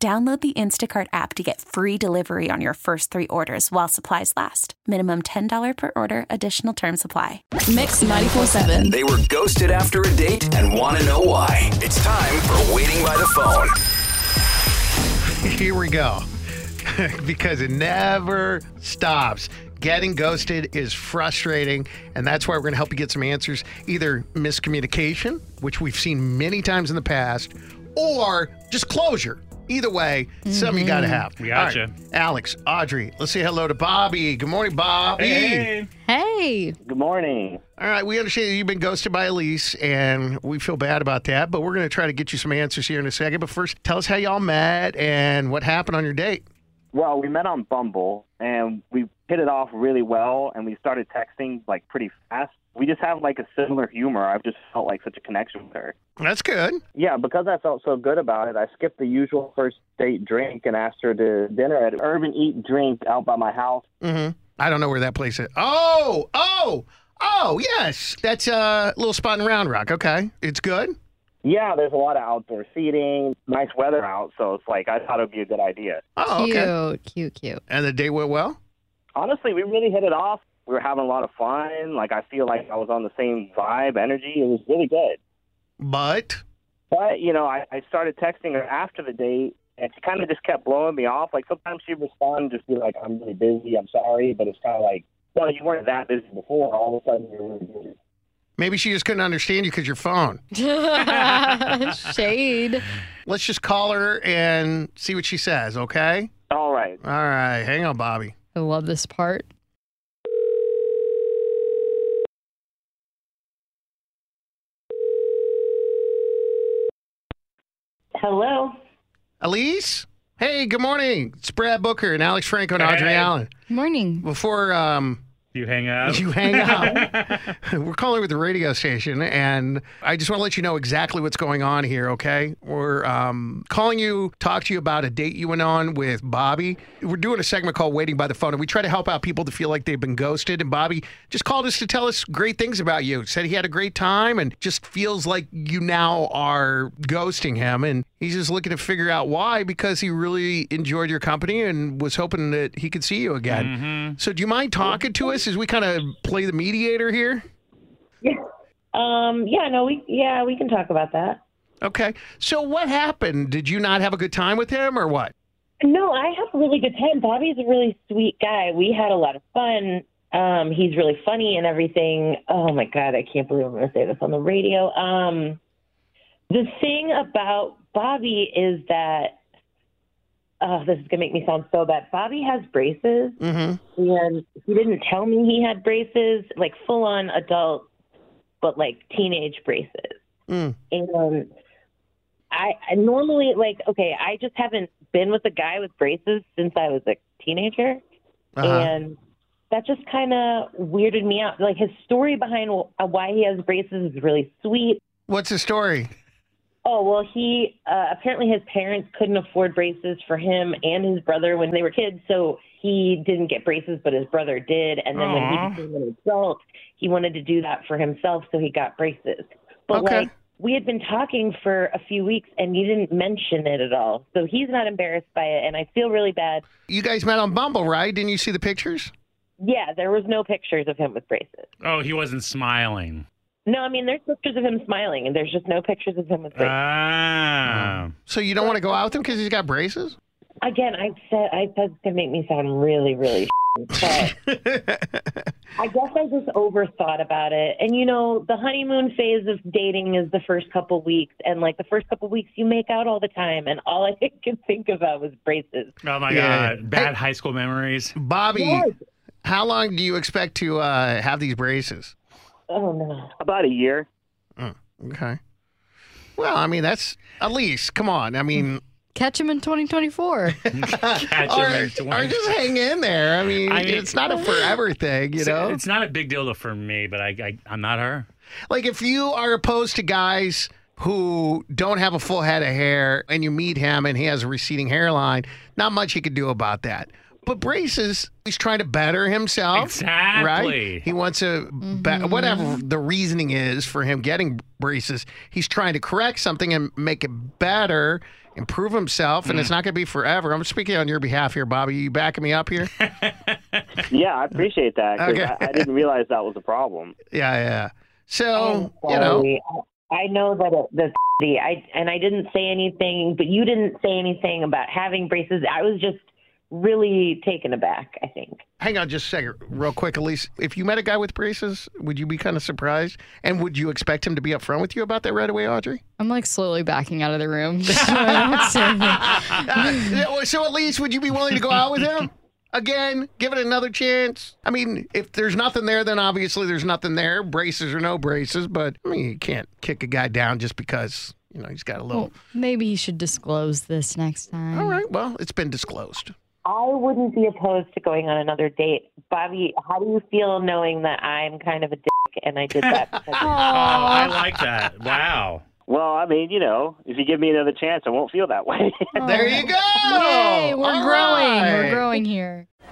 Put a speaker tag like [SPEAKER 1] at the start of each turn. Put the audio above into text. [SPEAKER 1] Download the Instacart app to get free delivery on your first three orders while supplies last. Minimum $10 per order, additional term supply.
[SPEAKER 2] Mix 94.7.
[SPEAKER 3] They were ghosted after a date and want to know why. It's time for Waiting by the Phone.
[SPEAKER 4] Here we go. because it never stops. Getting ghosted is frustrating, and that's why we're going to help you get some answers. Either miscommunication, which we've seen many times in the past, or just closure. Either way, something you got to have.
[SPEAKER 5] Gotcha.
[SPEAKER 4] All right, Alex, Audrey, let's say hello to Bobby. Good morning, Bobby.
[SPEAKER 2] Hey.
[SPEAKER 6] Good morning.
[SPEAKER 4] All right, we understand that you've been ghosted by Elise, and we feel bad about that, but we're going to try to get you some answers here in a second. But first, tell us how y'all met and what happened on your date.
[SPEAKER 6] Well, we met on Bumble and we hit it off really well and we started texting like pretty fast. We just have like a similar humor. I've just felt like such a connection with her.
[SPEAKER 4] That's good.
[SPEAKER 6] Yeah, because I felt so good about it, I skipped the usual first date drink and asked her to dinner at Urban Eat Drink out by my house.
[SPEAKER 4] Mm-hmm. I don't know where that place is. Oh, oh, oh, yes. That's a uh, little spot in Round Rock. Okay. It's good.
[SPEAKER 6] Yeah, there's a lot of outdoor seating, nice weather out, so it's like I thought it would be a good idea.
[SPEAKER 4] Oh,
[SPEAKER 2] cute,
[SPEAKER 4] okay.
[SPEAKER 2] cute, cute.
[SPEAKER 4] And the date went well?
[SPEAKER 6] Honestly, we really hit it off. We were having a lot of fun. Like I feel like I was on the same vibe, energy. It was really good.
[SPEAKER 4] But
[SPEAKER 6] But you know, I, I started texting her after the date, and she kind of just kept blowing me off. Like sometimes she'd respond and just be like, "I'm really busy. I'm sorry," but it's kind of like, "Well, you weren't that busy before. All of a sudden, you're really busy."
[SPEAKER 4] maybe she just couldn't understand you because your phone.
[SPEAKER 2] Shade.
[SPEAKER 4] Let's just call her and see what she says, okay?
[SPEAKER 6] All right.
[SPEAKER 4] All right. Hang on, Bobby.
[SPEAKER 2] I love this part.
[SPEAKER 7] Hello.
[SPEAKER 4] Elise? Hey, good morning. It's Brad Booker and Alex Franco and Audrey
[SPEAKER 5] Hey.
[SPEAKER 4] Allen.
[SPEAKER 2] Morning.
[SPEAKER 4] Before um,
[SPEAKER 5] You hang out.
[SPEAKER 4] you hang out, We're calling with the radio station, and I just want to let you know exactly what's going on here, okay? We're um, calling you, talk to you about a date you went on with Bobby. We're doing a segment called Waiting by the Phone, and we try to help out people to feel like they've been ghosted. And Bobby just called us to tell us great things about you, said he had a great time, and just feels like you now are ghosting him. And he's just looking to figure out why because he really enjoyed your company and was hoping that he could see you again. So, do you mind talking to us as we kind of play the mediator here?
[SPEAKER 7] Um. Yeah. No. We. Yeah. We can talk about that.
[SPEAKER 4] Okay. So what happened? Did you not have a good time with him or what?
[SPEAKER 7] No, I have a really good time. Bobby's a really sweet guy. We had a lot of fun. Um. He's really funny and everything. Oh my god! I can't believe I'm going to say this on the radio. Um. The thing about Bobby is that. Oh, this is gonna make me sound so bad. Bobby has braces,
[SPEAKER 4] Mm-hmm.
[SPEAKER 7] and he didn't tell me he had braces, like full on adult, but like teenage braces.
[SPEAKER 4] Mm.
[SPEAKER 7] And I, I normally like okay, I just haven't been with a guy with braces since I was a teenager,
[SPEAKER 4] Uh-huh.
[SPEAKER 7] and that just kind of weirded me out. Like his story behind wh- why he has braces is really sweet.
[SPEAKER 4] What's the story?
[SPEAKER 7] Oh well, he uh, apparently his parents couldn't afford braces for him and his brother when they were kids, so he didn't get braces, but his brother did. And then
[SPEAKER 5] Aw.
[SPEAKER 7] when he became an adult, he wanted to do that for himself, so he got braces. But
[SPEAKER 4] Okay.
[SPEAKER 7] like we had been talking for a few weeks, and you didn't mention it at all, so he's not embarrassed by it, and I feel really bad.
[SPEAKER 4] You guys met on Bumble, right? Didn't you see the pictures?
[SPEAKER 7] Yeah, there was no pictures of him with braces.
[SPEAKER 5] Oh, he wasn't smiling.
[SPEAKER 7] No, I mean there's pictures of him smiling, and there's just no pictures of him with
[SPEAKER 4] Oh.
[SPEAKER 7] braces.
[SPEAKER 5] Ah.
[SPEAKER 4] So you don't want to go out with him because he's got braces?
[SPEAKER 7] Again, I said I said it's gonna make me sound really, really. but I guess I just overthought about it. And you know, the honeymoon phase of dating is the first couple weeks, and like the first couple weeks, you make out all the time, and all I could think about was braces.
[SPEAKER 5] Oh my
[SPEAKER 4] Yeah.
[SPEAKER 5] God. Bad high school memories.
[SPEAKER 4] Bobby,
[SPEAKER 7] Yes.
[SPEAKER 4] how long do you expect to uh, have these braces?
[SPEAKER 7] Oh no!
[SPEAKER 6] About a year.
[SPEAKER 4] Okay. Well, I mean, that's Elise. Come on. I mean,
[SPEAKER 2] Catch him in 2024.
[SPEAKER 5] Catch
[SPEAKER 4] All
[SPEAKER 5] him in
[SPEAKER 4] right, all right,
[SPEAKER 5] 20.
[SPEAKER 4] just hang in there. I mean,
[SPEAKER 5] I mean-
[SPEAKER 4] it's not a forever thing, you
[SPEAKER 5] It's-
[SPEAKER 4] know.
[SPEAKER 5] It's not a big deal though for me, but I, I I'm not her.
[SPEAKER 4] Like if you are opposed to guys who don't have a full head of hair and you meet him and he has a receding hairline, not much he could do about that. But braces, he's trying to better himself.
[SPEAKER 5] Exactly.
[SPEAKER 4] Right? He wants to, be- whatever the reasoning is for him getting braces, he's trying to correct something and make it better, improve himself, and it's not going to be forever. I'm speaking on your behalf here, Bobby. You backing me up here? yeah,
[SPEAKER 6] Yeah, I appreciate that 'cause
[SPEAKER 4] Okay.
[SPEAKER 6] I, I didn't realize that was a problem.
[SPEAKER 4] yeah. So, Oh,
[SPEAKER 7] I'm
[SPEAKER 4] you know.
[SPEAKER 7] sorry. I know that it, the the I and I didn't say anything, but you didn't say anything about having braces. I was just really taken aback. I think.
[SPEAKER 4] Hang on just a second, real quick, Elise. If you met a guy with braces, would you be kind of surprised? And would you expect him to be upfront with you about that right away, Audrey?
[SPEAKER 2] I'm like slowly backing out of the room. just so I don't say anything.
[SPEAKER 4] Yeah, Uh, so, Elise, would you be willing to go out with him again? Give it another chance? I mean, if there's nothing there, then obviously there's nothing there, braces or no braces. But, I mean, you can't kick a guy down just because, you know, he's got a little.
[SPEAKER 2] Well, maybe he should disclose this next time.
[SPEAKER 4] All right, well, it's been disclosed.
[SPEAKER 7] I wouldn't be opposed to going on another date. Bobby, how do you feel knowing that I'm kind of a dick and I did that? because-
[SPEAKER 5] Oh, I like that. Wow.
[SPEAKER 6] Well, I mean, you know, if you give me another chance, I won't feel that way.
[SPEAKER 4] There you go.
[SPEAKER 2] Yay, we're
[SPEAKER 4] All
[SPEAKER 2] growing.
[SPEAKER 4] right.
[SPEAKER 2] We're growing here.